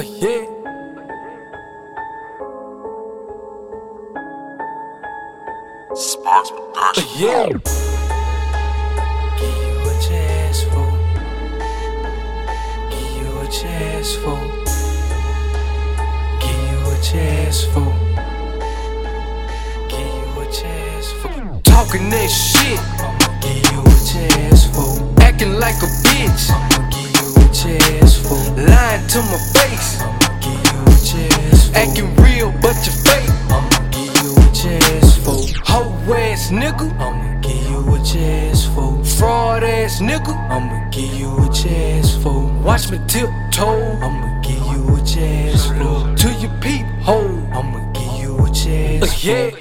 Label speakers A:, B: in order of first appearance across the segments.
A: Yeah.
B: Sparks Production.
A: Yeah. Give you a chance, fool. Give you a chance, fool. Give you a chance, fool. Give you a chance, fool. Talking that shit. I'ma give you a chance, fool. Acting like a bitch. I'ma give you a chance, fool. Lying to my face. I'ma give you a chance, fool. Acting real, but you fake. I'ma give you a chance, fool. Hoe ass nigga. I'ma give you a chance, fool. Fraud ass nigga. I'ma give you a chance, fool. Watch me tiptoe. I'ma give you a chance, fool. To your peep hole. I'ma give you a chance, fool.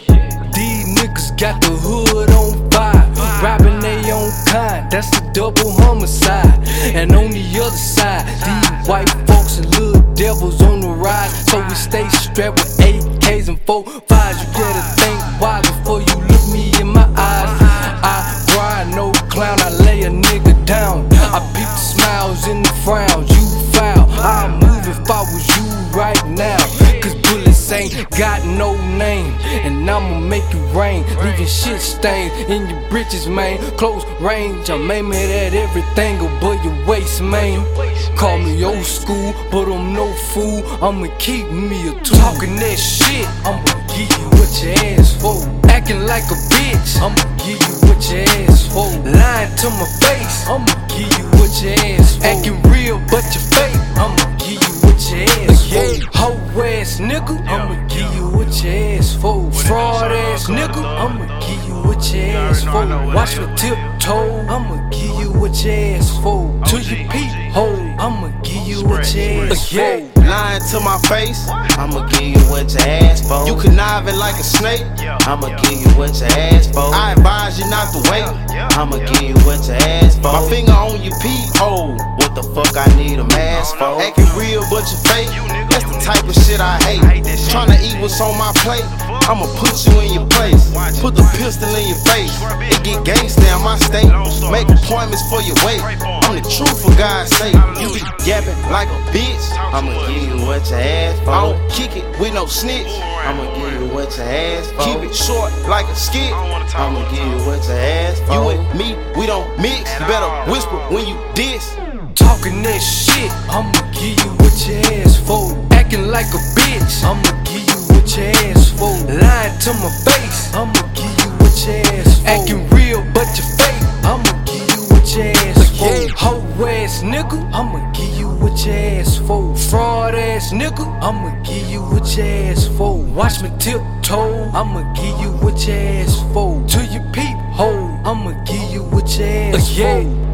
A: These niggas got the hood on fire. Robbing they own kind, that's the double homicide. And on the other side, these white folks and little devils on the rise. So we stay strapped with AKs and 4.5s. You better think why before you look me in my eyes. I grind, no clown, I lay a nigga down. I peep the smiles and the frowns, you foul. I'll move if I was you right now. Cause bullets ain't got no name. And I'ma make it rain, leaving shit stains in your britches, man. Close range, I'm aiming at everything above your waist, man. Call me old school, but I'm no fool. I'ma keep me a tool. Talking that shit, I'ma give you what your ass for. Acting like a bitch, I'ma give you what your ass for. Lying to my face, I'ma give you what your ass for. Acting real, but you fake, I'ma give you what your ass for. Hoe ass nigga, I'ma give you what your ass for. Fraud ass nigga, I'ma give you what your ass for. Watch me tiptoe, I'ma give you what your ass for. To your peep hole, I'ma give you what your ass for.
C: Lying to my face, I'ma give you what your ass for. You conniving like a snake, I'ma give you what your ass for. I advise you not to wait, I'ma give you what your ass for. My finger on your peephole, what the fuck I need a mask for? Acting real but you fake, that's the type of shit I hate. Tryna eat what's on my plate, I'ma put you in your place. Put the pistol in your face, it get gangsta in my state. Make appointments for your weight, I'm the truth for God's sake. You be yapping like a bitch, I'ma give you what your ass for. I don't kick it with no snitch. I'ma give you what your ass for. Keep it short like a skit. I'ma give you what your ass for. You and me, we don't mix. You better whisper when you diss.
A: Talking that shit, I'ma give you what your ass for. Acting like a bitch, I'ma give you what your ass for. Lying to my face, I'ma give you what your ass for. Acting real but you fake, I'ma give you what your ass for. Hoe ass nigga, I'ma give you what your ass for. Fraud ass nigga, I'ma give you what your ass for. Watch me tiptoe, I'ma give you what your ass for. To your peep hole, I'ma give you what your ass for.